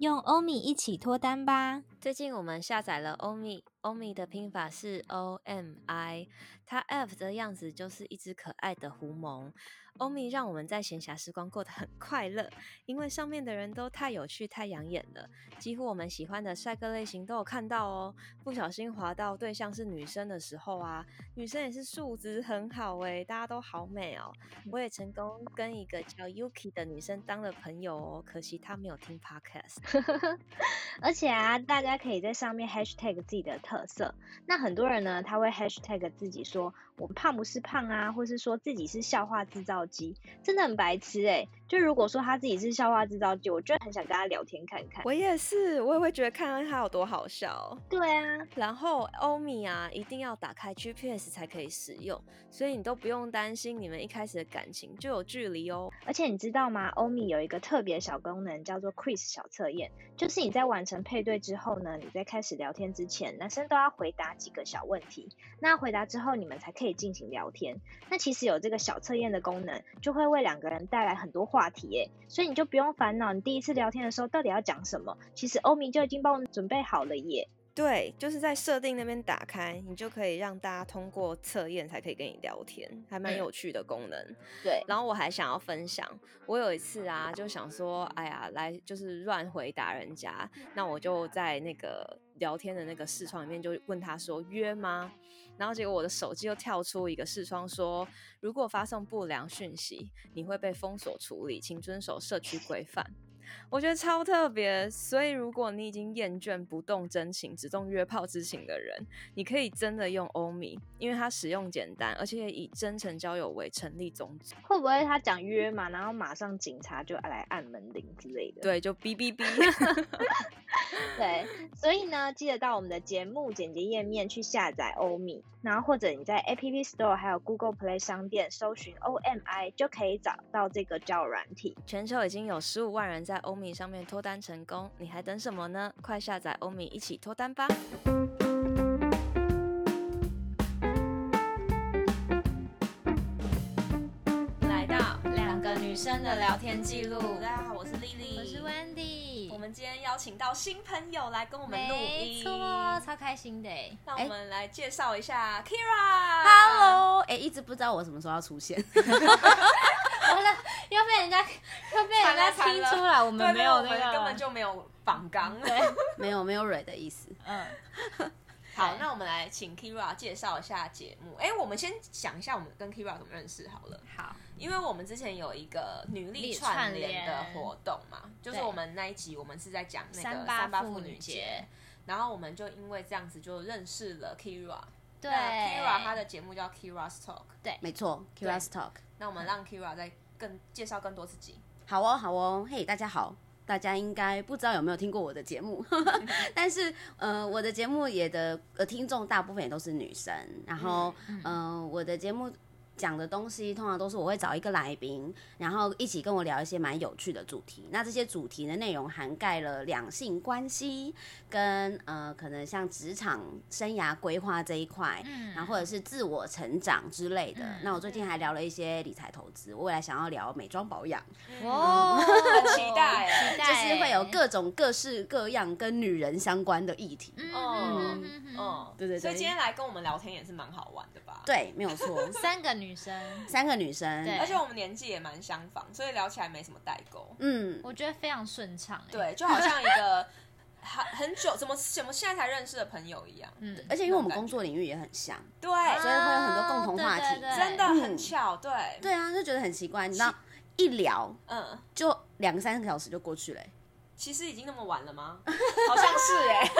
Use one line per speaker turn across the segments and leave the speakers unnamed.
用欧米一起脱单吧！
最近我们下载了欧米，欧米的拼法是 O M I，它 App 的样子就是一只可爱的狐獴。欧米让我们在闲暇时光过得很快乐，因为上面的人都太有趣、太养眼了，几乎我们喜欢的帅哥类型都有看到哦。不小心滑到对象是女生的时候啊，女生也是素质很好诶、大家都好美哦。
嗯
我也成功跟一个叫 Yuki 的女生当了朋友哦，可惜她没有听 Podcast。
而且啊，大家可以在上面 hashtag 自己的特色。那很多人呢，他会 hashtag 自己说我胖不是胖啊，或是说自己是笑话制造机，真的很白痴哎、就如果说他自己是笑话制造机，我就很想跟他聊天看看。
我也是，我也会觉得看看她有多好笑。
对啊，
然后欧米啊，一定要打开 GPS 才可以使用，所以你都不用担心你们一开始的感情就有距离哦。
而且你知道吗？欧米有一个特别小功能，叫做 quiz 小测验，就是你在完成配对之后呢，你在开始聊天之前，男生都要回答几个小问题。那回答之后，你们才可以进行聊天。那其实有这个小测验的功能，就会为两个人带来很多话题耶，所以你就不用烦恼你第一次聊天的时候到底要讲什么。其实欧米就已经帮我们准备好了耶。
对，就是在设定那边打开，你就可以让大家通过测验才可以跟你聊天，还蛮
嗯
有趣的功能。
对，
然后我还想要分享，我有一次啊，就想说，哎呀，来就是乱回答人家，那我就在那个聊天的那个视窗里面就问他说约吗？然后结果我的手机又跳出一个视窗说，如果发送不良讯息，你会被封锁处理，请遵守社区规范。我觉得超特别，所以如果你已经厌倦不动真情、只动约炮之情的人，你可以真的用欧米，因为它使用简单，而且以真诚交友为成立宗旨。
会不会他讲约嘛，然后马上警察就来按门铃之类的？
对，就哔哔 哔。
对，所以呢，记得到我们的节目简介页面去下载欧米，然后或者你在 App Store 还有 Google Play 商店搜寻 OMI 就可以找到这个交友软体。
全球已经有十五万人在欧米上面脱单成功，你还等什么呢？快下载欧米一起脱单吧！来到两个女生的聊天记录，大家好，我是丽丽，
我是 Wendy，
我们今天邀请到新朋友来跟我们录
没
音，
错，超开心的哎、
让我们来介绍一下 Kira。
Hello，哎、一直不知道我什么时候要出现，
完 了，要哎被人家要被人家
惨了
听出来，我
对，
们没
我
有那
们
个，
根本就没有仿纲。
没有没有蕊的意思。
嗯，
好，
对
那我们来请 Kira 介绍一下节目。哎、我们先想一下我们跟 Kira 怎么认识好了，
好，
因为我们之前有一个女力
力
串
串
联
联
的活动嘛，就是
对
我们那一集我们是在讲那个
三八
三八
妇
妇
女
女节
节，
然后我们就因为这样子就认识了 Kira。
对
那 Kira 她的节目叫 Kira's Talk，
没错，Kira's Talk。
那我们让 Kira 再更介绍更多自己。
好哦，好哦，嘿、大家好。大家应该不知道有没有听过我的节目， 但是呃，我的节目也的呃听众大部分也都是女生，然后嗯、呃我的节目讲的东西通常都是我会找一个来宾，然后一起跟我聊一些蛮有趣的主题。那这些主题的内容涵盖了两性关系跟呃可能像职场生涯规划这一块，
嗯
然后或者是自我成长之类的。
嗯
那我最近还聊了一些理财投资，我未来想要聊美妆保养。
哦，
很期待 欸
期待
就
欸，
是会有各种各式各样跟女人相关的议题。
嗯
哦
嗯嗯嗯嗯，
嗯，
对对对
所以今天来跟我们聊天也是蛮好玩的吧？
对，没有错，
三个女生，
三个女生，
对
而且我们年纪也蛮相仿，所以聊起来没什么代沟。
嗯，
我觉得非常顺畅哎，
对，就好像一个很很久怎么怎么现在才认识的朋友一样。
嗯，
而且因为我们工作领域也很像，
对，
所以会有很多共同话
啊对
题
对对
真的很
嗯
巧，对，
对啊，就觉得很奇怪，你知道，一聊
嗯，
就两三个小时就过去了、欸
其实已经那么晚了吗？ 好像是
欸
哎，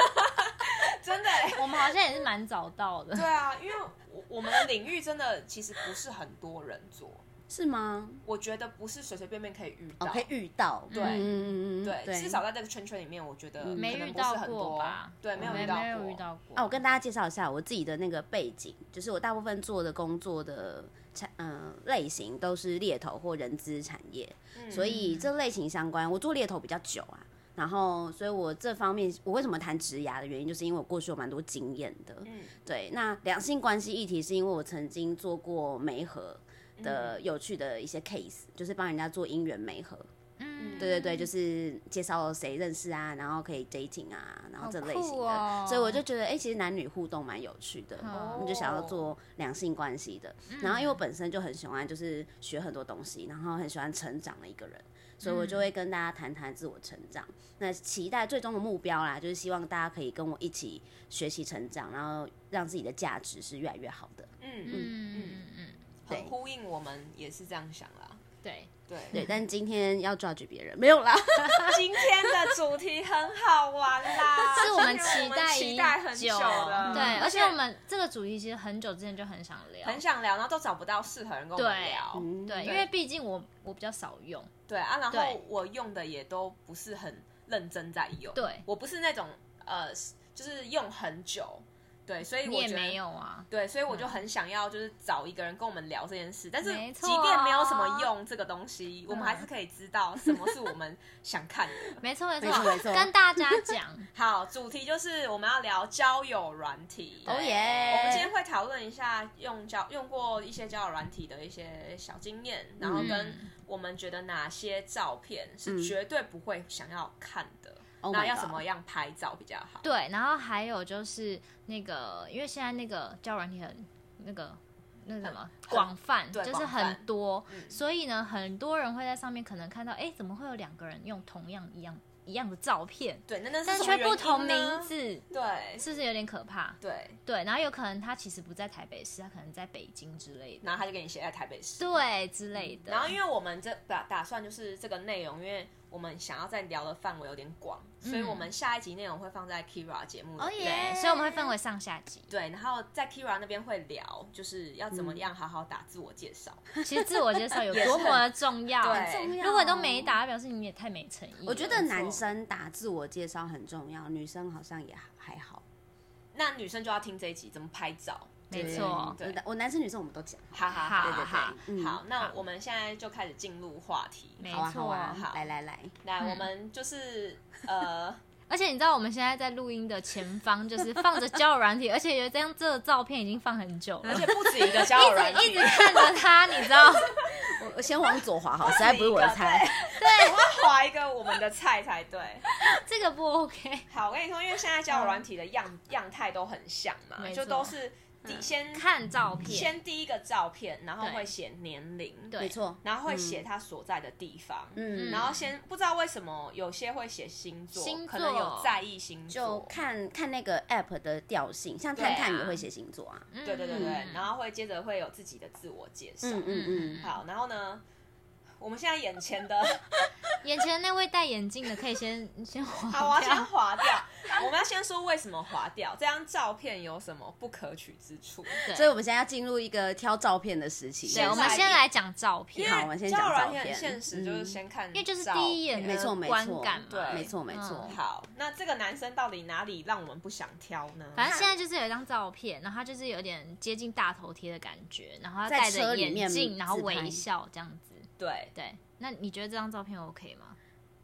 真的哎。
我们好像也是蛮早到的
对，啊，因为我我们的领域真的其实不是很多人做，
是吗？
我觉得不是随随便便可以遇到
哦，，可以遇到，
对
嗯嗯嗯嗯，
对，
对，
至少在这个圈圈里面，我觉得可
嗯没
能
遇
不是
到
很
过
多
吧？
对，没有遇
没
到
没有遇
过，
到过
啊，我跟大家介绍一下我自己的那个背景，就是我大部分做的工作的产呃类型都是猎头或人资产业，
嗯
所以这类型相关，我做猎头比较久啊。然后，所以我这方面，我为什么谈职涯的原因，就是因为我过去有蛮多经验的。
嗯
对，那两性关系议题是因为我曾经做
嗯
过媒合的有趣的一些 case，就是帮人家做姻缘媒合。
嗯嗯
对对对，就是介绍谁认识啊，然后可以 dating 啊，然后这类型
好酷
的，
哦
所以我就觉得，哎、其实男女互动蛮有趣的，
哦
嗯
我们就想要做两性关系的。
嗯
然后因为我本身就很喜欢，就是学很多东西，然后很喜欢成长的一个人，所以我
嗯
就会跟大家谈谈自我成长。那期待最终的目标啦，就是希望大家可以跟我一起学习成长，然后让自己的价值是越来越好的。
嗯嗯，
嗯嗯嗯，
很
对
呼应我们也是这样想啦。
对，
对，
对，但今天要 judge 别人没有啦，
今天的主题很好玩啦，
是我们
期
期待
期待很
已久，
的，
嗯
对，而且我们这个主题其实很久之前就很想聊，
很想聊，然后都找不到适合人跟我们
对
聊。
嗯
对，因为毕竟我我比较少用，
对啊，然后
对
我用的也都不是很认真在用，
对
我不是那种呃，就是用很久，对，所以
你
我
也
觉得
没有啊，
对，所以我就很想要就是找一个人跟我们聊这件事，但是
没
即
错
便没有什么用这个东西，我们
嗯
还是可以知道什么是我们想看的。
没错没
没错没错
跟大家讲，
好，主题就是我们要聊交友软体。
哦
我们今
耶
天，会讨论一下用交用过一些交友软体的一些小经验，然后跟
嗯
我们觉得哪些照片是
嗯
绝对不会想要看的，
Oh
那
my
要
God
怎么样拍照比较好？
对，然后还有就是那个，因为现在那个交友软体很那个那个什么广泛，
对
就是
广泛
很多，
嗯
所以呢，很多人会在上面可能看到，哎，怎么会有两个人用同样一样一样的照片，
对，那那是
但
什么
却
原
不
因
同
呢
名，字，
对
是不是有点可怕？
对，
对，然后有可能他其实不在台北市，他可能在北京之类的，
然后他就给你写在台北市。
对之类的。
然后，因为我们这打打算就是这个内容，因为我们想要再聊的范围有点广，所以我
嗯
们下一集内容会放在 Kira 节目里面。
对，所以我们会分为上下集。
对，然后在 Kira 那边会聊，就是要怎么
嗯
样好好打自我介绍。
其实自我介绍有多么的重要，
对
很重要
如果都没打，表示你也太没诚意了。
我觉得男生打自我介绍很重要，女生好像也还好。
那女生就要听这一集怎么拍照，
没错，
对
我男生女生我们都讲。
哈哈哈，
好
对
好
对对，
嗯
好，那我们现在就开始进入话题。
没
好啊，好
错。
啊，
好
来来来，
那
嗯
我们就是呃，
而且你知道我们现在在录音的前方就是 放着交友软体，而且有一张这个照片已经放很久了，
而
一
且不止一个交 友软
直一
体
直，看着它，你知道？
我我先往左滑 好，实在不是我的
一
菜
个。对，我要划一个我们的菜才对。
这个不 OK。
好，我跟你说，因为现在交友软体的样样态都很像嘛，
没
就
错嗯
都是第先
看照片，
先第一个照片，然后
对
会写年龄，
对
没错，
然后会写他所在的地方，
嗯，
然后先不知道为什么有些会写星座，
星
可能有
座
在意星
就
座，
看看那个 app 的调性，像
对啊
探探也会写星座啊。
嗯
对对对对，
嗯
然后会接着会有自己的自我介绍。
嗯嗯嗯，
好，然后呢，我们现在眼前的，
眼前那位戴眼镜的可以先先
好，啊我
划
要先
掉。
划掉，我们要先说为什么划掉这张照片有什么不可取之处。
对
所以我们现在要进入一个挑照片的时期。
对，我们先来讲照
因
片，
为
好我们先讲
交友软
照
件很
片
现实，就是先看，因
因为就是第一眼
没错
的
没错
观感嘛。
对
没错没错
嗯。
好，那这个男生到底哪里让我们不想挑
嗯
呢？
反正现在就是有一张照片，然后他就是有点接近大头贴的感觉，然后他
在
戴
车
着
里
眼
面
镜，然后
自拍
微笑这样子。
对，
对，那你觉得这张照片 OK 吗？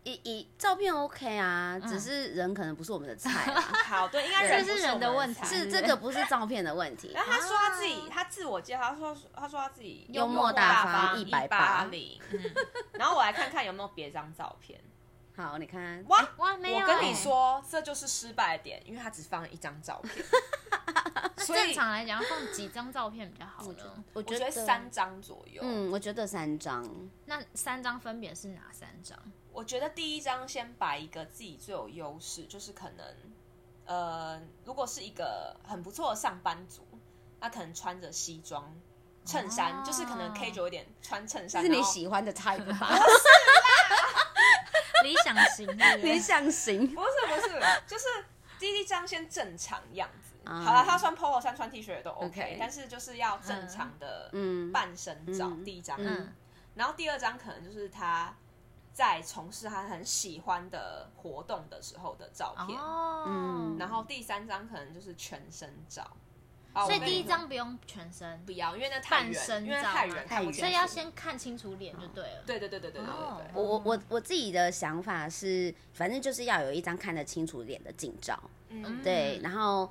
以以照片 OK 啊，只是人可能不是我们的菜啊，
好，对，应该人
这嗯是
不
人的
我们
问题
菜
是这个不是照片的问题
然。后他说他自己，他自我介绍，他说他说他自己
幽
默
默
大
大方
一
180
八零。然后我来看看有没有别张照片。
好，你看，
哇，
哇，没有。欸
我跟你，说，这就是失败的点，因为他只放了一张照片，所
正
以
常来讲要放几张照片比较好呢？
我
我觉
觉
得
得
三，张左右。
嗯，我觉得三张。
那三张分别是哪三张？
我觉得第一张先摆一个自己最有优势，就是可能，呃，如果是一个很不错的上班族，那可能穿着西装、衬衫，
哦
就是可能 K 九有点穿衬
这
衫，
是你
然后
喜欢的 type 吧？
理想型 是不是，
理想型。
不是不是，就是第一张先正常样子。
啊
好了，他穿 polo 衫、穿 T 恤也都 OK，,
OK
但是就是要正常的
嗯
半身照。
嗯
第一张，
嗯，
然后第二张可能就是他在从事他很喜欢的活动的时候的照片。
哦，
嗯
然后第三张可能就是全身照，啊
所以
我跟你
第一
说
张不用全身
不，要，因为那太
半
远，
身
因为
照
太
嘛
远看不清
太
所
楚
以要先看清楚脸就对了。
对对对对对对
哦
对对，
我我我我自己的想法是，反正就是要有一张看得清楚脸的近照，
嗯
对。然后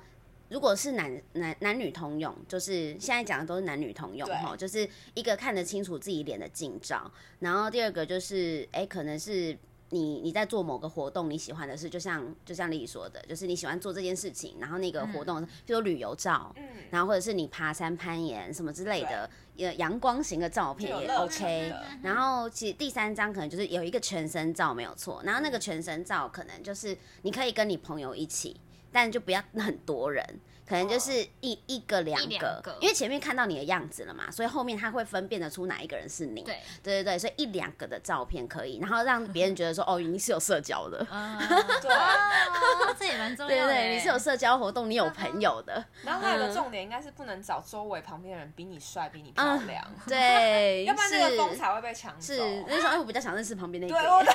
如果是男男男女通用，就是现在讲的都是男女通用
对
哈，就是一个看得清楚自己脸的近照，然后第二个就是哎，可能是你你在做某个活动，你喜欢的事，就像就像丽丽说的，就是你喜欢做这件事情，然后那个活动，比如旅游照。
嗯，
然后或者是你爬山、攀岩什么之类的，呃，阳光型的照片
就有
也
乐趣
OK
了。
然后其实第三张可能就是有一个全身照没有错，然后那个全身照可能就是你可以跟你朋友一起，但就不要很多人，可能就是
哦
一、一个两
一
个，
两个
因为前面看到你的样子了嘛，所以后面他会分辨得出哪一个人是 你。
对，
对对对所以一两个的照片可以，然后让别人觉得说哦你是有社 交的。
嗯，
对
哦这也蛮重
对
要
对
的欸。
对，你是有社交活动，你有朋友 的，
然后还有
嗯
个重点，应该是不能找周围旁边的人比你帅、比你漂亮，
对，
要不然这个风
是
才会被抢走。
是那时候哎，我比较想认识旁边那
对，
个
我
人，
的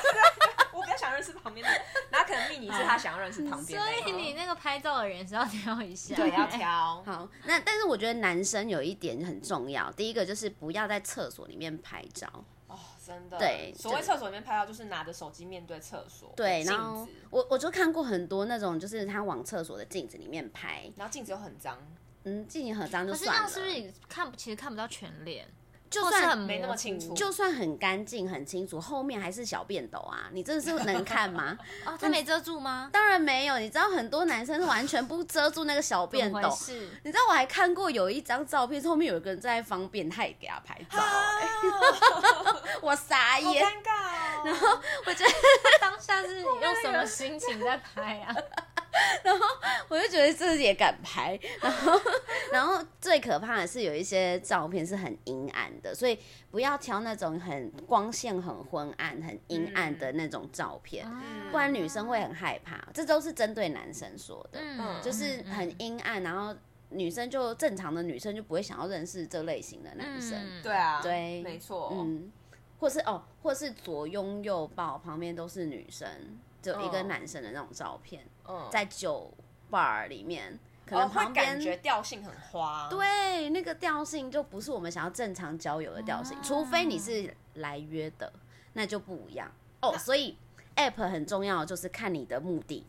我比较想认识旁边的人，然后可能蜜妮是他想要认识旁边
所
嗯
那
以你
个，
那个拍照的人是要挑一下，
对，要 挑。
好，那但是我觉得男生有一点很重要，第一个就是不要在厕所里面拍照，
哦，真的，
对
所谓
对
厕所里面拍照，就是拿着手机面对厕所，
对，
有
然后
镜子，
我我就看过很多那种，就是他往厕所的镜子里面拍，
然后镜子又很脏，
嗯，进行合张就
可是
算
那
了，
是不是你看其实看不到全脸，
就
或是很
算
模
没那么
糊
清楚
就算很干净很清楚，后面还是小便斗啊，你真的是能看吗？
哦，他没遮住吗？
当然没有，你知道很多男生是完全不遮住那个小便斗。
是
你知道我还看过有一张照片，是后面有一个人在方便，他也给他拍照、 哎我傻
欸好
眼。
尴 尬哦。然后
当下是用什么心情在拍 啊？
我就觉得这也敢拍，然后 然后最可怕的是有一些照片是很阴暗的，所以不要挑那种很光线很昏暗、很阴暗的那种照片，
嗯
不然女生会很害怕。这都是针对男生说的，
嗯，
就是很阴暗，然后女生就正常的女生就不会想要认识这类型的男生，嗯。
对啊，
对嗯
没
嗯
错，
或是哦，或是左拥右抱，旁边都是女生，只有一
哦
个
嗯
男生的那种照片，
嗯，
在酒 bar 里面，可
哦
能
会
旁边、
感觉调性很花，，
对，那个调性就不是我们想要正常交友的调性，
啊
除非你是来约的，那就不一样哦。所以 app 很重要，就是看你的目的，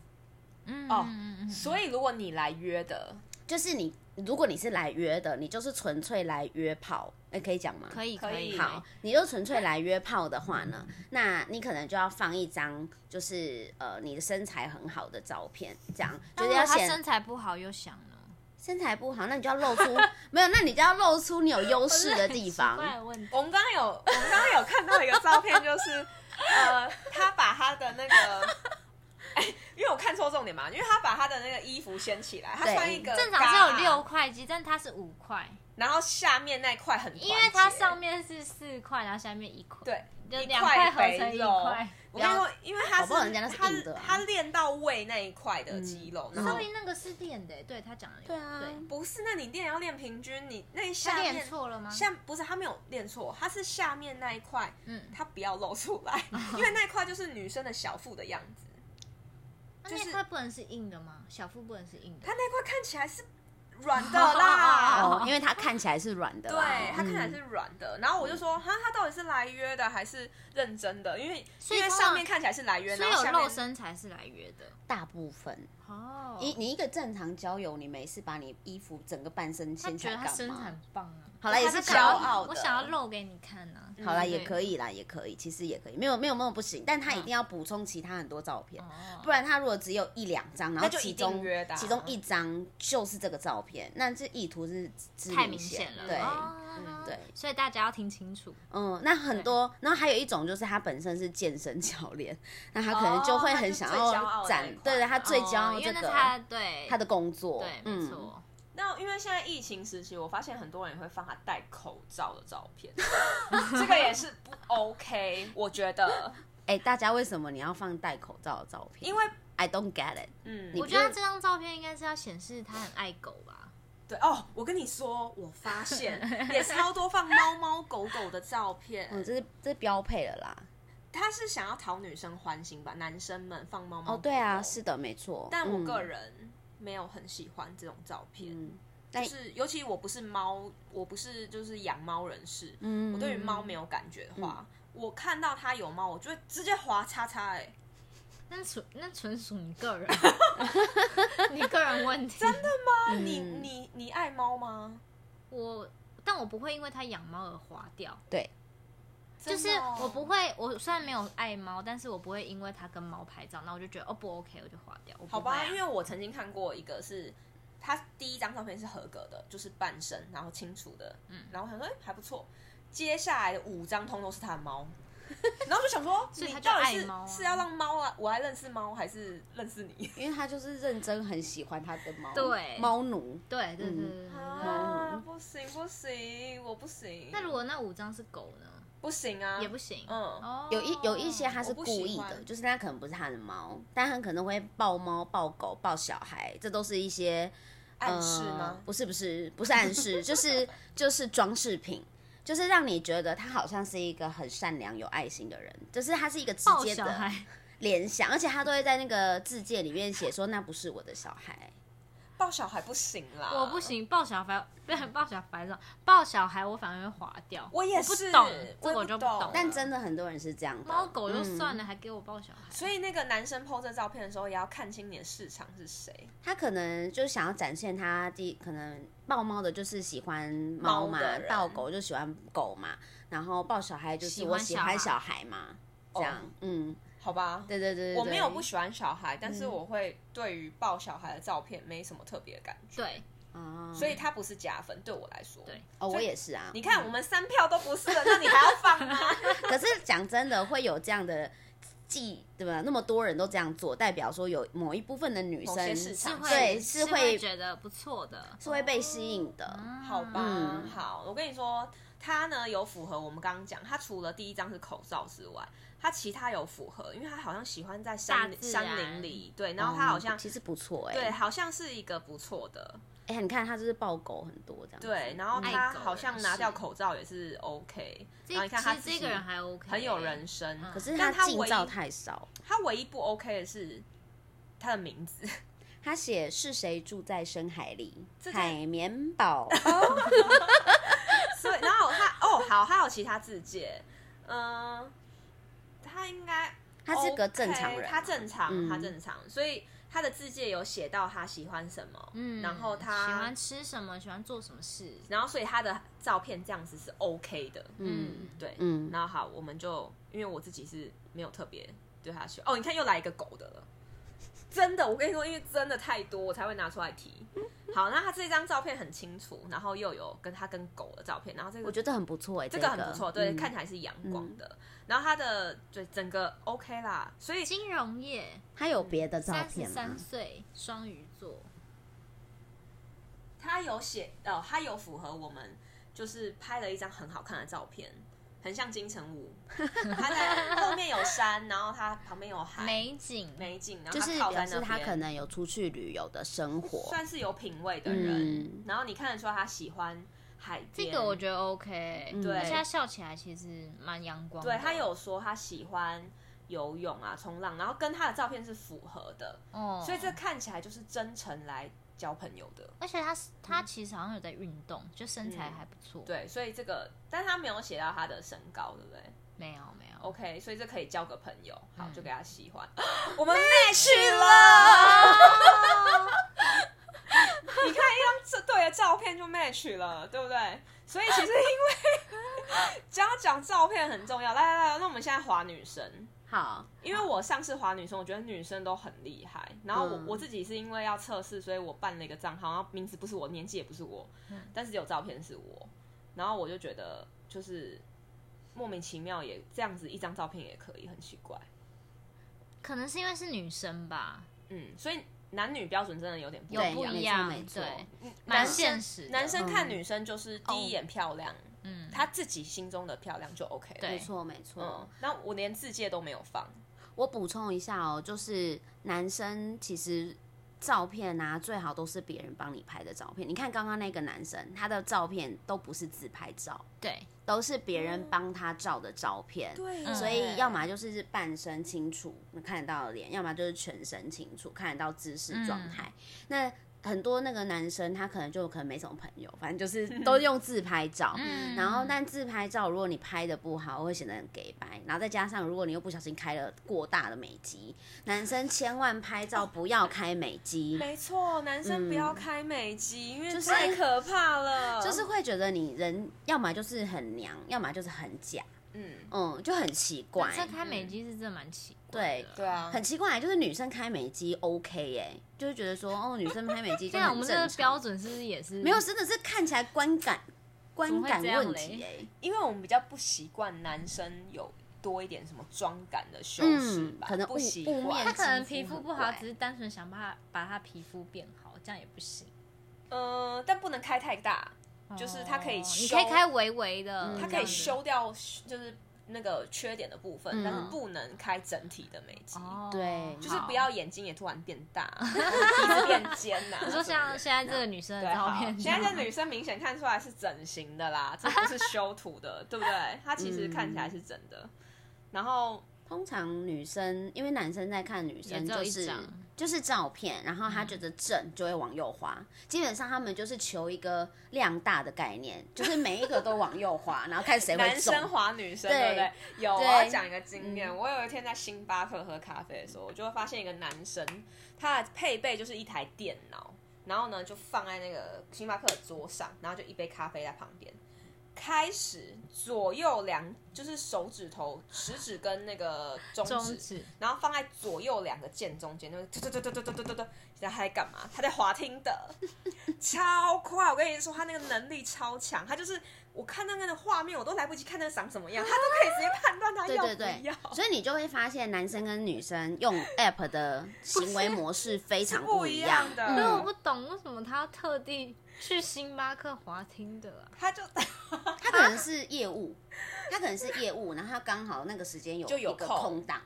嗯
哦
嗯嗯
所以如果你来约的，
就是你如果你是来约的，你就是纯粹来约炮，哎、可以讲吗？
可以
可以
以嗯
好，你就纯粹来约炮的话呢，那你可能就要放一张，就是呃你的身材很好的照片，这样
那
就
如果
是要
他
显
身材不好又想呢？
身材不好，那你就要露出 没有，那你就要露出你有优势的 地方
不。是很奇怪的问题
我们刚刚有，我们刚刚有看到一个照片， 就是呃，他把他的那个。哎因为我看错重点嘛，因为他把他的那个衣服掀起来，他
对
穿一个
正常是有
嘎
六，块肌，但他是五块，
然后下面那块很团结，
因为它上面是四块，然后下面一块，，
对
就
一
两
块
合成
肥
一
肉
块。
我跟你
不
说，因为他
搞不好人家那是
他
硬的啊
他练到胃那一块的肌肉，
嗯
然后
嗯上面那个是练的，对他讲的有，
对啊
不是，那你练要练平均，你那
他
下面
练错了啊吗？
下不是他没有练错，他是下面那一块
嗯，
他不要露出来，
哦
因为那一块就是女生的小腹的样子，
那
就是
那块不能是硬的吗？小腹不能是硬的
他，那块看起来是软的啦。
哦，因为它看起来是软的
对
啦，嗯
他看起来是软的，然后我就说，哈，他到底是来约的还是认真的？因为
所以
因为
通常
上面看起来是来约，
所以
然后
有
下
肉
面
身材是来约的
大部分。
哦。
你你一个正常交友，你没事把你衣服整个半身
他
掀起
觉得
来干
他
嘛？
身材很棒啊，
好了，也
他
是
是
可以
骄傲的
我想要露给你看啊呢。
嗯好了，
嗯对
也可以啦，也可以，其实也可以，没有没有那么不行，但他一定要
嗯
补充其他很多照片，
哦
不然他如果只有一两张，然后
就一
其
定
中
约的啊
其中一张就是这个照片，那这意图是之
太明显了，
对，嗯
哦
对，
所以大家要听清楚，
嗯，那很多，然后还有一种就是他本身是健身教练，那他可能就会很想
哦他就是最骄傲
要
的
展
那一，块
对对，他最骄傲
哦因
这
为那
个
是他对
他的工作，
对，没
嗯，
错，
那因为现在疫情时期，我发现很多人也会放他戴口罩的照片， 这个也是不 OK。我觉得，
哎，大家为什么你要放戴口罩的照片？
因为
I don't get it，
嗯，
你
我
不
觉得
是
他这张照片应该是要显示他很爱狗吧。
对哦，我跟你说，我发现 也超多放猫猫狗狗的照片，
嗯，这是这是标配了啦。
他是想要讨女生欢心吧？男生们放猫猫
哦，对
狗
啊，
狗
是，的，没错。
但我
嗯
个，人没有很喜欢这种照片，
嗯
就
但
是尤其我不是猫，我不是就是养猫人士，
嗯
我对于猫没有感觉的话，我看到它有猫，我就会直接划叉叉哎、
那纯那纯属你个 人，你个人问题。真的，
啊，你
嗯
你你爱猫吗？
我但我不会因为他养猫而划掉，
对，
就是
真的哦
我不会，我虽然没有爱猫，但是我不会因为它跟猫拍照，那我就觉得哦不 OK，我就划掉。我不
好
会
吧，
啊
因为我曾经看过一个是，他第一张照片是合格的，就是半身，然后清楚的，嗯，然后我想说、哎还不错。接下来的五张通都是他的猫， 然后就想说，
所以
你
他就
到底
爱
是、
猫啊
是要让猫啊，我来认识猫，还是认识你？
因为他就是认真很喜欢他的猫，
对
猫奴，
对对对对对对对。
啊，不行不行，我不行。
那如果那五张是狗呢？
不行啊，
也不行。
嗯，
哦，
有一有一些他是
我不
故
喜
意的，
欢
就是他可能不是他的猫，但他可能会抱猫、抱狗、抱小孩，这都是一些
暗示
呃
嗯
吗？
不是不是不是暗示，就是就是装饰品，就是让你觉得他好像是一个很善良、有爱心的人，就是他是一个直
哦抱
接
小
的
孩，
联想，而且他都会在那个字界里面写说那不是我的小孩。
抱小孩不行啦，
我不。行，抱小孩 不是抱小孩这种，抱小孩我反而会划掉。
我也
不
是
懂
我也，
这个我
不
就
懂
懂。
但真的很多人是这样的，
猫狗就算
嗯
了，还给我抱小孩，
所以那个男生 PO 这照片的时候，也要看清你的市场是谁。
他可能就想要展现他第可能抱猫的就是喜欢猫
猫
嘛
的人，
抱狗就喜欢狗嘛，然后抱小孩就是
喜欢
我喜欢
小
小孩嘛，这样，
哦
嗯，
好吧，
对对对对
我没有
对
不喜欢小孩，但是
嗯
我会对于抱小孩的照片没什么特别的感觉，
对，
啊，
所以它不是加分，对我来说。
对
哦
所
我
以
也是啊，
你看我们三票都不是了，那你还要放吗？
可是讲真的，会有这样的记对吧？那么多人都这样做，代表说有某一部分的女
某
生
些市
是
场
是会
对是
是
会
觉得不错的。
会被吸引的，
好吧，
嗯
好，我跟你说，他呢有符合我们刚刚讲，他除了第一张是口罩之外，他其他有符合，因为他好像喜欢在山
大自然
山林里，对，然后他好像、
哦其实不错哎、
对，好像是一个不错的，
哎、你看他就是抱狗很多这样子，
对，然后
嗯
他
爱狗
好像拿掉
人士
口罩也是 OK，
这
然后你看他
其
自
实这
己
个人还 OK，
很有人生，
嗯
可是
但他
他近
唯一
照太少，
他唯一不 OK 的是他的名字，
他写是谁住在深海里？
这就
海绵 宝宝
所以然后他哦好，还有其他字界，嗯、他应该
他是个正常
OK，
人，
他正常，
嗯
他正常，所以他的字界有写到他喜欢什么，
嗯，
然后他
喜欢吃什么，喜欢做什么事，
然后所以他的照片这样子是 OK 的，
嗯
对，
嗯
然后好，我们就因为我自己是没有特别对他喜欢，哦，你看又来一个狗的了。真的，我跟你说，因为真的太多，我才会拿出来提。好，那他这张照片很清楚，然后又有跟他跟狗的照片，然后这个
我觉得很不错哎、
这
个
个很不错，对，看起
来
来是阳光的。然后他的对整个 OK 啦，所以
金融业，
他有
嗯
别的照
三十
片吗
三？岁，双鱼座，
他有写，哦，他有符合我们，就是拍了一张很好看的照片，很像金城武。他在后面有山，然后他旁边有海，
美景，
哎美景，然后
就
他
是
靠
表
在
示
那
他
边，
可能有出去旅游的生活，
算是有品味的人。
嗯
然后你看得出他喜欢海
这
边，
个我觉得 OK，
嗯对
而且他笑起来其实蛮阳光的，
对他有说他喜欢游泳啊、冲浪，然后跟他的照片是符合的，
哦，
所以这看起来就是真诚来交朋友的。
而且他是他其实好像有在运动，就身材
嗯
还不错，，
对，所以这个，但他没有写到他的身高，对不对？
没有没有
OK，所以这可以交个朋友，好，
啊嗯
就给他喜欢。我们 match 了，你看一张这对的照片就 match 了，对不对？所以其实因为 只要讲照片很重要，来来来，那我们现在划女生，
好，
因为我上次划女生，我觉得女生都很厉害。然后我、
嗯
我自己是因为要测试，所以我办了一个账号，然后名字不是我，年纪也不是我，
嗯
但是有照片是我。然后我就觉得就是莫名其妙也这样子一张照片也可以，很奇怪。
可能是因为是女生吧，
嗯，所以男女标准真的有点不
有
对
不
没
一
错
样，
没错
对，
嗯
蛮
男生
现实的，
男生看女生就是第一眼漂亮，
嗯，
他自己心中的漂亮就 OK 了。
对
没错没错。
嗯，那我连字界都没有放，
我补充一下哦，就是男生其实照片啊，最好都是别人帮你拍的照片。你看刚刚那个男生，他的照片都不是自拍照，
对，
都是别人帮他照的照片。
对
嗯
所以要么就是半身
嗯
清楚看得到脸，要么就是全身清楚看得到姿势状态。那很多那个男生他可能就可能没什么朋友，反 正就是都用自拍照。
嗯
然后，但自拍照如果你拍的不好，会显得很 gay 白。然后再加上，如果你又不小心开了过大的美肌，男生千万拍照不要开美肌，
没错，男生不要开美肌，因为
嗯就是
太可怕了。
就是会觉得你人要么就是很娘，要么就是很假，
嗯，
嗯，就很奇怪。
这开美肌是真的蛮奇怪
嗯对
的。
对啊，
很奇怪，就是女生开美肌 OK 哎、就是觉得说哦，女生拍美肌就
啊现在我
很
们
正
这个
常
标准是不是也是
没有，真的是看起来观感
么
观
会
感
这样
问
嘞
题哎、欸，
因为我们比较不习惯男生有多一点什么妆感的修饰
嗯，
吧，
可能雾
不习
雾面
惯。
他可能
肌
皮肤
肤很
不好，
怪
只是单纯想把他把他皮肤变好，这样也不行。
呃，但不能开太大，就是他可以
哦你
修
可以开微微的，
嗯
它
他
可以修掉就是那个缺点的部分，
嗯
但是不能开整体的美肌。
哦，
对
就是
好
不要。眼睛也突然变大， 鼻子变尖啊呐、
你说像现在这个女生
对
的照
好
片，
现在这女生明显看出来是整形的啦，这不是修图的，对不对？她其实看起来是真的。然后
通常女生因为男生在看女生
也只有
就
一
是
张
就是照片，然后他觉得正就会往右滑，基本上他们就是求一个量大的概念，就是每一个都往右滑，然后看谁会
男
哎中。
生滑女生，
对
对不对？有，我
对
要讲一个经验。
嗯
我有一天在星巴克喝咖啡的时候，我就会发现一个男生，他的配备就是一台电脑，然后呢就放在那个星巴克的桌上，然后就一杯咖啡在旁边。开始左右两，就是手指头、食指跟那个中指，
中指，
然后放在左右两个键中间，就是嘟嘟嘟嘟嘟嘟嘟嘟，然后他在干嘛？他在滑听的，超快！我跟你说，他那个能力超强，他就是我看到那个画面，我都来不及看那个长什么样，他都可以直接判断他
对
要
对
不
对
要。，
所以你就会发现男生跟女生用 app 的行为模式非常
不一
一
样的
因为我
嗯，
不懂为什么他要特地去星巴克滑听的啊。
他就
他可能是业务，他可能是业务，然后他刚好那个时间有
就有
一个
空
空档，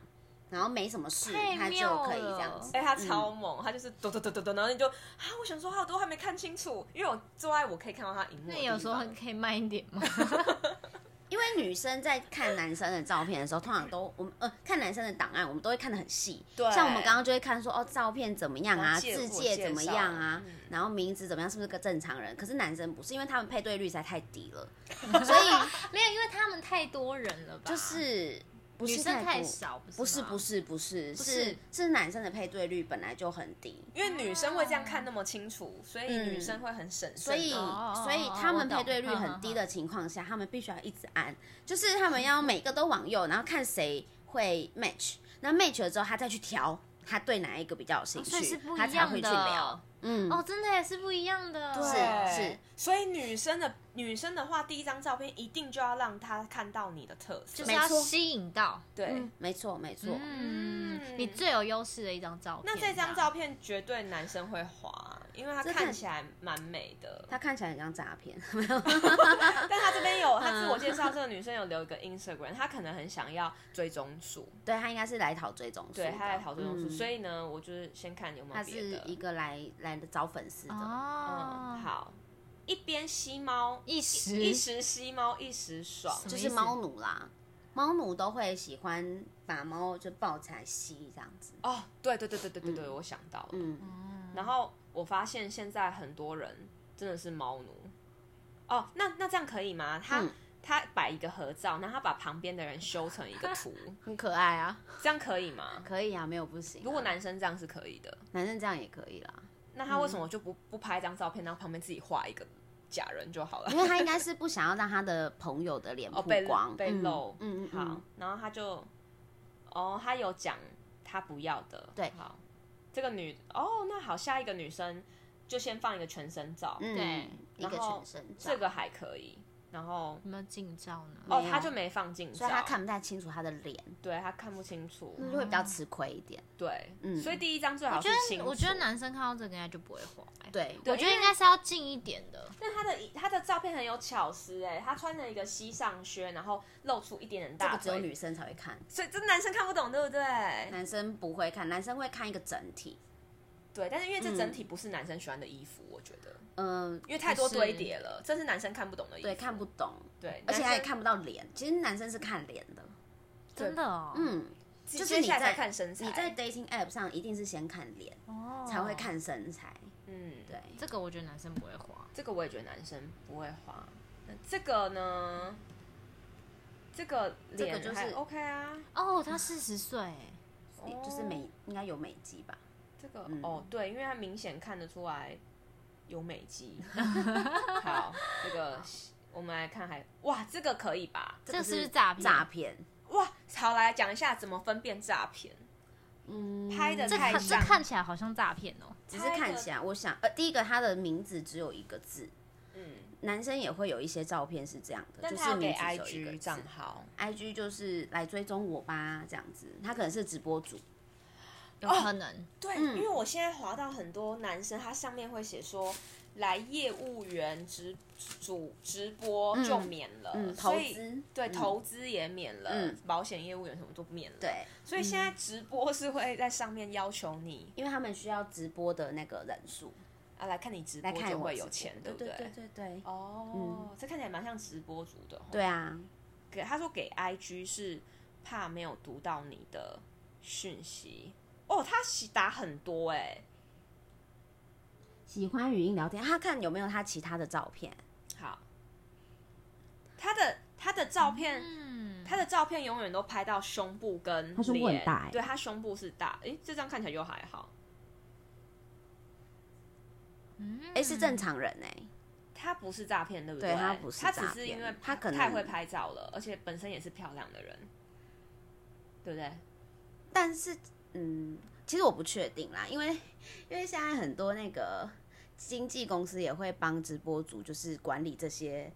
然后没什么事
太，
他就
妙
可以这
了
样子。
哎、他超猛，他就是嘟嘟嘟嘟嘟，然后你就啊，我想说他有多还没看清楚，因为我坐在我可以看到他荧幕的地
那
方。
你有时候可以慢一点吗？
因为女生在看男生的照片的时候，通常都我们呃看男生的档案，我们都会看得很细。
对
像我们刚刚就会看说哦，照片怎么样
然
啊，
后介
字
我
界
介
怎么
绍
样啊
嗯，
然后名字怎么样，是不是个正常人？可是男生不是，因为他们配对率实在太低了，所以
没有，因为他们太多人了吧？
就是不
女
是
生太
多
少，
不是
吗
不是不是
是
是是男生的配对率本来就很低，
因为女生会这样看那么清楚，所以女生会很审慎。
所以，
哦
所以他们配对率很低的情况下，他们必须要一直按，就是他们要每个都往右，然后看谁会 match。那 match 了之后，他再去调他对哪一个比较有兴
哦所以是
趣
不，一
他才
样
会去
的
聊。嗯，
哦，真的也是不一样的。哦
是是
所以女生的女生的话，第一张照片一定就要让她看到你的特色，
就是
没
要
错
吸引到。
对。
嗯没错没错。
嗯，你最有优势的一张照片。
那这张
样
照片绝对男生会滑，因为他
这
看
看
起来蛮美的。
他看起来很像诈骗，
但他这边
嗯
有他自我介绍，这个女生有留一个 Instagram，她可能很想要追踪数，
对他应该是来讨追踪数的，
对，她来讨追踪数。
嗯
所以呢，我就是先看有没
他
有别
是
的。
一个来来找粉丝的，
哦
嗯，，，好，一边吸猫，
一时
一时吸猫一时爽，
什么
就
意
是
思
猫奴啦。猫奴都会喜欢把猫就抱起来吸这样子，
哦，对对对对对对对，
嗯
我想到了。
嗯，
嗯
然后我发现现在很多人真的是猫奴。哦，那那这样可以吗？他、
嗯
他摆一个合照，然后他把旁边的人修成一个 图，
很可爱啊，
这样可以吗？
可以啊，没有不行啊。
如果男生这样是可以的，
男生这样也可以啦，
那他为什么就不
嗯
不拍一张照片，然后旁边自己画一个假人就好了
因？为他应该是不想要让他的朋友的脸曝
哦，被
光、
被
嗯
露，
嗯嗯嗯
好，然后他就，哦，他有讲他不要的，
对
好，这个女，哦，那好，下一个女生就先放一个全身照，
嗯，
对
一个
然后
全身照，
这个还可以，然后
有没有近照呢？
哦
没，有
他就没放近照，
所以他看不太清楚他的脸，
对他看不清楚，
就会比较吃亏一点。
对，
嗯
所以第一张最好
我
是
觉
清
得，
楚。
我觉得，男生看到这个应该就不会滑。哎，
对，
对啊
我觉得应该是要近一点的。
但他的他的照片很有巧思哎，他穿着一个西上靴，然后露出一点点
这
大
个只有
腿，
女生嗯才会看，
所以这男生看不懂，对不对？
男生不会看，男生会看一个整体。
对，但是因为这整体不是男生喜欢的衣服，我觉得，
嗯、
因为太多
是
堆叠了，这是男生看不懂的衣服，
对，看不懂，
对，
而且他也
男生
看不到脸。其实男生是看脸的，
真的哦，
嗯，就是
接
你
下来才
在
看身材，
你在 dating app 上一定是先看脸，
哦
才会看身材。
嗯，
对，
这个我觉得男生不会花。
这个我也觉得男生不会花。那这个呢？这个
这个
脸
就是
还 OK 啊，
哦，他四十岁，欸
哦
就是美应该有美肌吧？
这个、
嗯
哦，对，因为他明显看得出来有美 肌。好，这个我们来看还哇，这个可以吧？
这个
不
是不是诈骗？
诈骗？
哇，好来讲一下怎么分辨诈骗，
嗯，
拍得
这
太
看这
像
看起来好像诈骗哦。
只是看起来，我想呃，第一个他的名字只有一个字，
嗯，
男生也会有一些照片是这样的，
但
就
他
是
要给
名字只有
IG
一个
账
字。
号，
IG 就是来追踪我吧，这样子，他可能是直播主，
有可能，
哦对，因为我现在滑到很多男生，他上面会写说来业务员直主直播就免了，
嗯嗯
所以
投资
对
嗯
投资也免了，
嗯
保险业务员什么都免了。，
对，
所以现在直播是会在上面要求你
因为他们需要直播的那个人数
啊来看你直播
来看
就
我
会
直
有
播
钱，
对
不对？
对对对，
哦，这看起来蛮像直播主的哦。
对啊，
给他说给 IG 是怕没有读到你的讯息哦，他喜打很多哎、
喜欢语音聊天，他看有没有他其他的照片，
好，他的他的照片。
嗯，
他的照片永远都拍到胸部跟
他胸部很
脸
大欸
对他胸部是大，诶，这张看起来又还好。
嗯
哎，是正常人哎，
他不是诈嗯骗，对不对？
对他不是
他
诈
只是
骗
因为
他可能
太会拍照了，而且本身也是漂亮的人，对不对？
但是嗯，其实我不确定啦，因为因为现在很多那个经纪公司也会帮直播主就是管理这些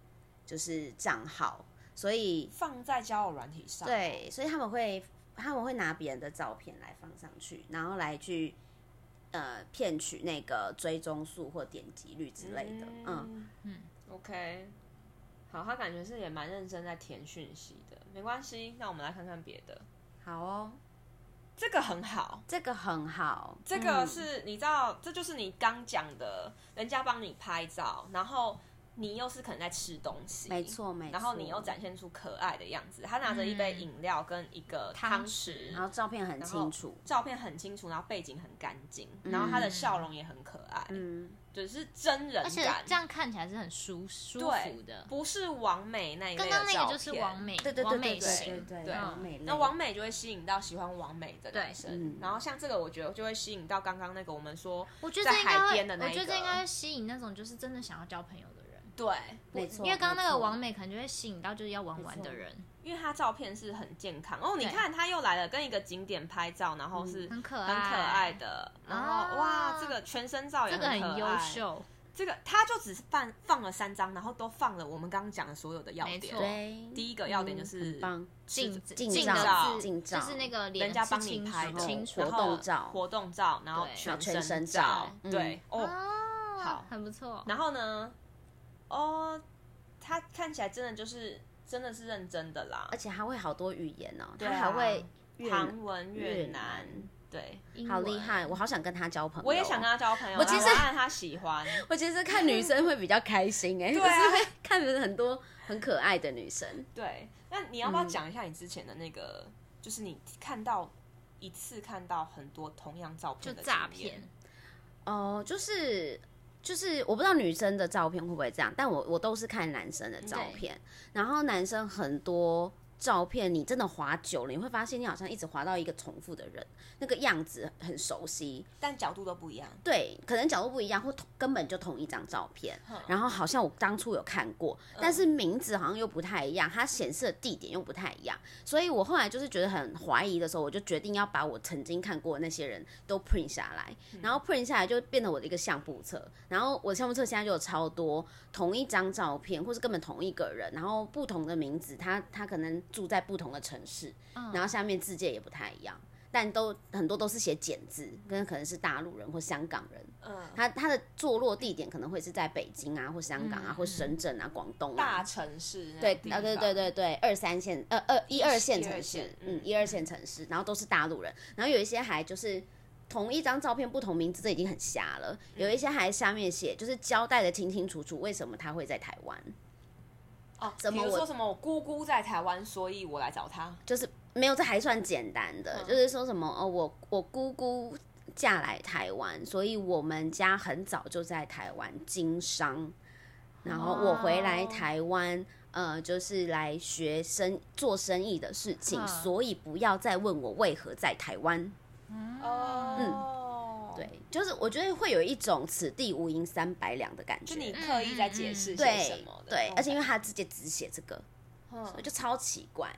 就是账号，所以
放在交友软体上，，
对，所以他们会他们会拿别人的照片来放上去，然后来去呃骗取那个追踪数或点击率之类的。嗯，
嗯
，OK，好，他感觉是也蛮认真在填讯息的，没关系。那我们来看看别的，
好哦，
这个很好，
这个很好，嗯
这个是、你知道，这就是你刚讲的，人家帮你拍照，然后你又是可能在吃东西，
没。错没错。
然后你又展现出可爱的样子，他拿着一杯
嗯
饮料跟一个
汤
汤匙，
然后照片很
然后
清楚，
照片很清楚，然后背景很干净，然后他的笑容也很可爱，
嗯，
对，是真人
而且
感，
这样看起来是很舒舒
对
服的。
不是完美那一类
刚
的
刚那
照
个就是
片
完美，
对对
完
对对
美
对
型，
对
对
完美类
那完美就会吸引到喜欢完美的男
对
生
嗯，
然后像这个，我觉得就会吸引到刚刚那个我们说，
我觉得这应该
在海
会
边的，那
我
一个
觉得这应该会吸引那种就是真的想要交朋友的人，
对，
没错，
因为刚刚那个
没错
完美可能就会吸引到就是要玩玩的人，
因为他照片是很健康哦。你
对
看他又来了，跟一个景点拍照，然
嗯
后是
很可
很
爱，啊
可爱，的，然后哇，这个全身照也
这个
可
很
爱
优，秀，
这个他就只是放放了三张，然后都放了我们刚刚讲的所有的要
没
点
错。
对，
第一个要点就是
嗯很棒，
镜
是
子
近
镜
照
的字
近照
就是那个脸
人家
是
帮你
清
拍
楚
的
清楚
然
活
后
动照
活动照，然后
对
全
全身
照
照，嗯
对哦，
哦，
好
很不错，
然后呢，哦，他看起来真的就是真的是认真的啦
而，且还会好多语言哦，
对
他
啊
还会越南
韩文、
越
越南
南，嗯
对，
英
好
文
厉害，我好想啊跟他交朋友。
我也想跟，他交朋友，
我其实
然后按他喜欢，
我其实看女生会比较开心 哎，
对
就
啊
是会看着很多很可爱的女生。
对。那你要不要
嗯
讲一下你之前的那个，就是你看到一次看到很多同样照
就
片的
诈
经验
骗，
哦，就是就是，我不知道女生的照片会不会这样，但我我都是看男生的照片，然后男生很多。照片你真的滑久了，你会发现你好像一直滑到一个重复的人，那个样子很熟悉，
但角度都不一样。
对，可能角度不一样，或同根本就同一张照片
哼，
然后好像我当初有看过，但是名字好像又不太一样，它显示的地点又不太一样，所以我后来就是觉得很怀疑的时候，我就决定要把我曾经看过的那些人都 print 下来，然后 print 下来就变成我的一个相簿册，然后我的相簿册现在就有超多同一张照片，或是根本同一个人，然后不同的名字，他他可能住在不同的城市，
嗯
然后下面字界也不太一样。但都很多都是写简字，跟可能是大陆人或香港人，
嗯，
它它的坐落地点可能会是在北京啊，或香港啊，
嗯
或深圳啊、广东
大
啊。
城市那
对
种地，
啊，
方
对对对对，二三线，呃二一二线
一二线
城市，
嗯
嗯，一二线城市，然后都是大陆人，然后有一些还就是同一张照片不同名字，这已经很瞎了。有
嗯
一些还下面写就是交代的清清楚楚，为什么他会在台湾，
哦，
怎么
比如
我
说什么我姑姑在台湾，所以我来找她。嗯
呃就是没有，这还算简单的，就是说什么哦，我我姑姑嫁来台湾，所以我们家很早就在台湾经商。然后我回来
哇哦
台湾，呃，就是来学生做生意的事情，
嗯
所以不要再问我为何在台湾。
嗯
哦，
嗯对，就是我觉得会有一种此地无银三百两的感
就
觉。嗯
你刻意在解释些什
对
么的，哦嗯
对，而且因为
为
他直接只写这个，所以就超奇怪。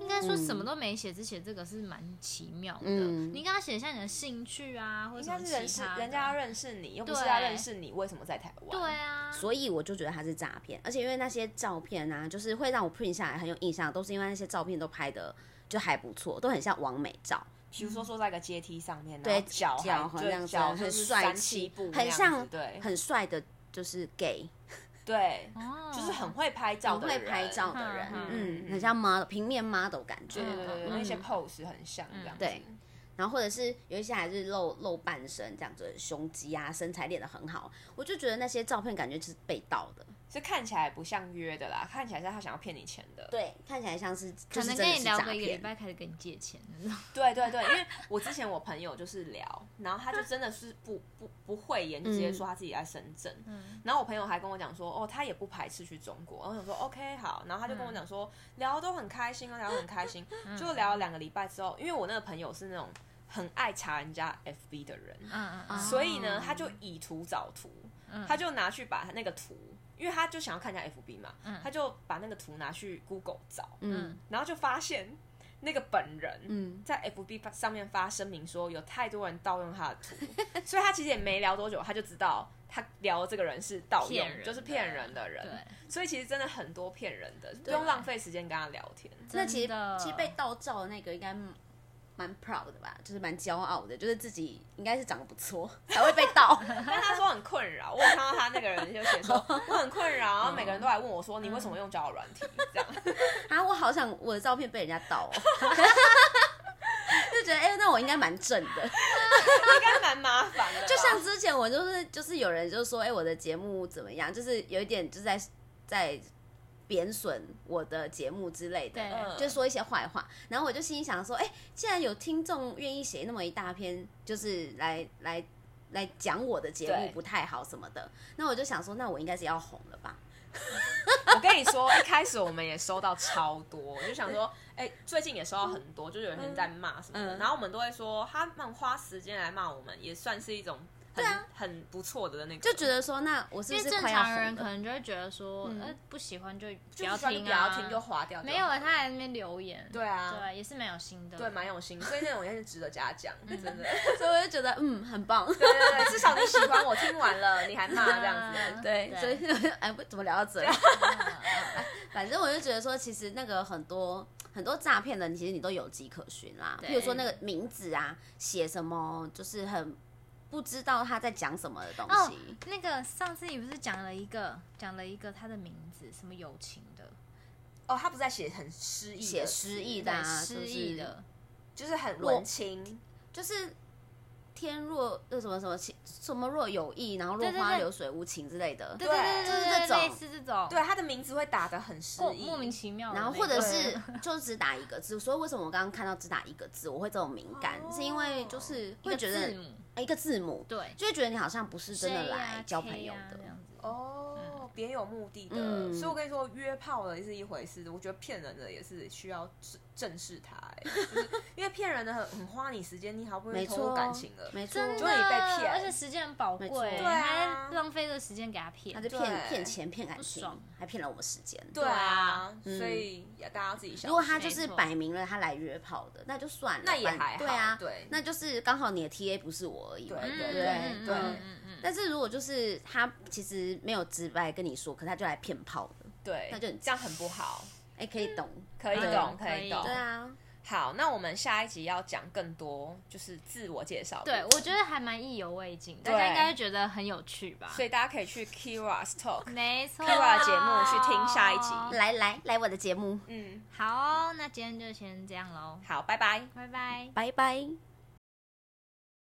应该说什么
嗯
都没写，只写这个是蛮奇妙的。
嗯
你跟他写一下你的兴趣啊，或者
应
什么
该是人
其
是
他的
人家要认识你，又不是
对
要认识你为什么在台湾，
对啊，
所以我就觉得它是诈骗，而且因为那些照片啊，就是会让我 print 下来很有印象，都是因为那些照片都拍的就还不错，都很像完美照，
比如说坐在一个阶梯上面，
对
然后脚
脚
还
好
就
像是
脚
啊很
就是
帅
三
气
七步
很
那样子
像
对
很帅的，就是 gay，
对，
哦
就是很会拍照
很
的
会
人，
拍照的人，
嗯
嗯
嗯，
嗯
很像 model 平面 model 感觉
对对对对，对
嗯
那些 pose 很像这样子，
对然后或者是有一些还是露露半身这样子，胸肌啊身材练得很好，我就觉得那些照片感觉就是被盗的，
是看起来不像约的啦，看起来是他想要骗你钱的，
对，看起来像是
可
就是
能
真
跟
的
你
是
聊
诈
个一个礼
骗，
拜开始跟你借钱那种。
对对对，因为我之前我朋友就是聊，然后他就真的是不不不讳言，就直
嗯
接说他自己在深圳。
嗯
然后我朋友还跟我讲说，哦，他也不排斥去中国。然后我想说，OK，好。然后他就跟我讲说，聊得都很开心啊，聊得很开心。 就聊了两个礼拜之后，因为我那个朋友是那种很爱查人家 FB 的人，
嗯嗯，
啊
所以呢，他就以图找图，
嗯
他就拿去把那个图，因为他就想要看人家 FB 嘛，他就把那个图拿去 Google 找，
嗯
然后就发现那个本人，
嗯，
在 FB 发上面发声明说有太多人盗用他的图， 所以他其实也没聊多久，他就知道他聊的这个人是盗用
骗人，的
就是骗人的人。
呃
对，
所以其实真的很多骗人的，不用浪费时间跟他聊 天。
那其实
真的
其实被盗照的那个应该蛮 proud 的吧，就是蛮骄傲的，就是自己应该是长得不错才会被 盗。
但他说很困扰，我有看到他那个人就写说我很困扰，然后每个人都来问我
嗯
说你为什么用交友软体这样？
啊，我好想我的照片被人家盗哦， 就觉得哎、那我应该蛮正的。
应该蛮麻烦的吧。
就像之前我就是就是有人就说哎、我的节目怎么样，就是有一点就是在在贬损我的节目之类的
对。
嗯
就说一些坏话，然后我就心里想说，哎、既然有听众愿意写那么一大篇，就是来来来讲我的节目
对
不太好什么的，那我就想说，那我应该是要红了吧？
我跟你说，一开始我们也收到超多，我就想说，哎、最近也收到很多，就有人在骂什么的，
嗯
然后我们都会说，他们花时间来骂我们，也算是一种很、
对啊
很不错的那个，
就觉得说，那我是
因
不
为
是
正
快要
常人
红
可
了？
能就会觉得说，
嗯
呃，不喜欢就不
就
要
是说你
听
不
啊，
要听就划掉就好，
没有啊，他还在那边留言，
对啊
对，也是蛮有心的，
对，蛮有心，所以那种也是值得嘉奖，真的。
所以我就觉得，嗯，很棒。
对对对，至少你喜欢我，听完了你还骂这样子，
对，
啊对
所以哎，不怎么聊到 这里，
嗯
反正我就觉得说，其实那个很多很多诈骗人，其实你都有迹可循啦。
对
譬如说那个名字啊，写什么就是很不知道他在讲什么的东
哦
西。，
那个上次你不是讲了一个，讲了一个他的名字，什么友情的，
哦，他不是在写很诗意的，
写诗意的
对，
啊
失忆
就是
的，
就是很文青，
就是天若那什么什么情什么若有意，然后落
对对
花
对
流水无情之类的。
对
对
对
就是
对
这种
类似这种，
对，他的名字会打得很诗
莫
意，
莫名其妙的那
然
种，
后或者
对
是就只打一个字，所以为什么我刚刚看到只打一个字，我会这种敏感，
哦
是因为就是
一个
会觉得
字母
哎一个字母，
对，
就会觉得你好像不是真的
J 啊
来交
K
朋友
啊
的
这。样子，
哦，别有目的的，
嗯
所以我跟你说，约炮的是一回事，我觉得骗人的也是需要正正视它、欸， 就是因为骗人的很很花你时间，你好不容易
没
投入
错，
感情了，
没错，
真
就会
的，
被骗
啊而且时间很宝贵，
没错对
啊
还浪费这个时间给他骗
他，就
对啊
骗骗钱、骗感
不
情
爽，
还骗了我们时间。
对啊，
嗯
所以也大家自己小心。
如果他就
没
是
错
摆明了他来约炮的，那就算了，
那也
反
还好，
对啊，
对，
那就是刚好你的 TA 不是我而已嘛，
对
对不
对
对
嗯
对
嗯
嗯
嗯嗯嗯，
但是如果就是他其实没有直白跟你说，可他就来骗炮的，
对，
那就很
这样很不好，
哎、可以懂，
可以
嗯
懂，
可以
以懂
对。啊，
好，那我们下一集要讲更多，就是自我介绍。
对，我觉得还蛮意犹未尽，大
对
家应该会觉得很有趣吧？
所以大家可以去 Kira's
嗯
Talk，
没错
Kira 节目去听下一集
来来来我的节目，
嗯，
好哦、那今天就先这样喽，
好，拜拜。
拜拜。
拜拜。